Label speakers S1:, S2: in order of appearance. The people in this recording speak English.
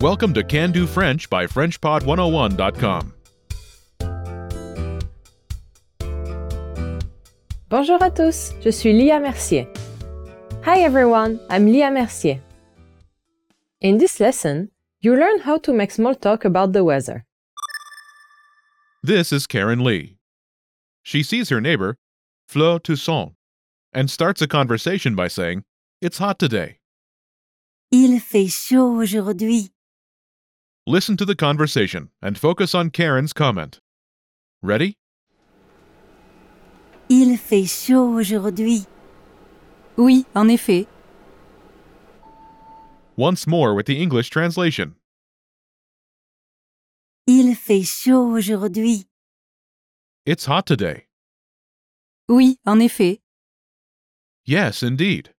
S1: Welcome to Can Do French oh by FrenchPod101.com.
S2: Bonjour à tous, je suis Lia Mercier. Hi everyone, I'm Lia Mercier. In this lesson, you learn how to make small talk about the weather.
S1: This is Karen Lee. She sees her neighbor, Fleur Toussaint, and starts a conversation by saying, It's hot today.
S3: Il fait chaud aujourd'hui.
S1: Listen to the conversation and focus on Karen's comment. Ready?
S3: Il fait chaud aujourd'hui. Oui, en effet.
S1: Once more with the English translation.
S3: Il fait chaud aujourd'hui.
S1: It's hot today.
S3: Oui, en effet.
S1: Yes, indeed.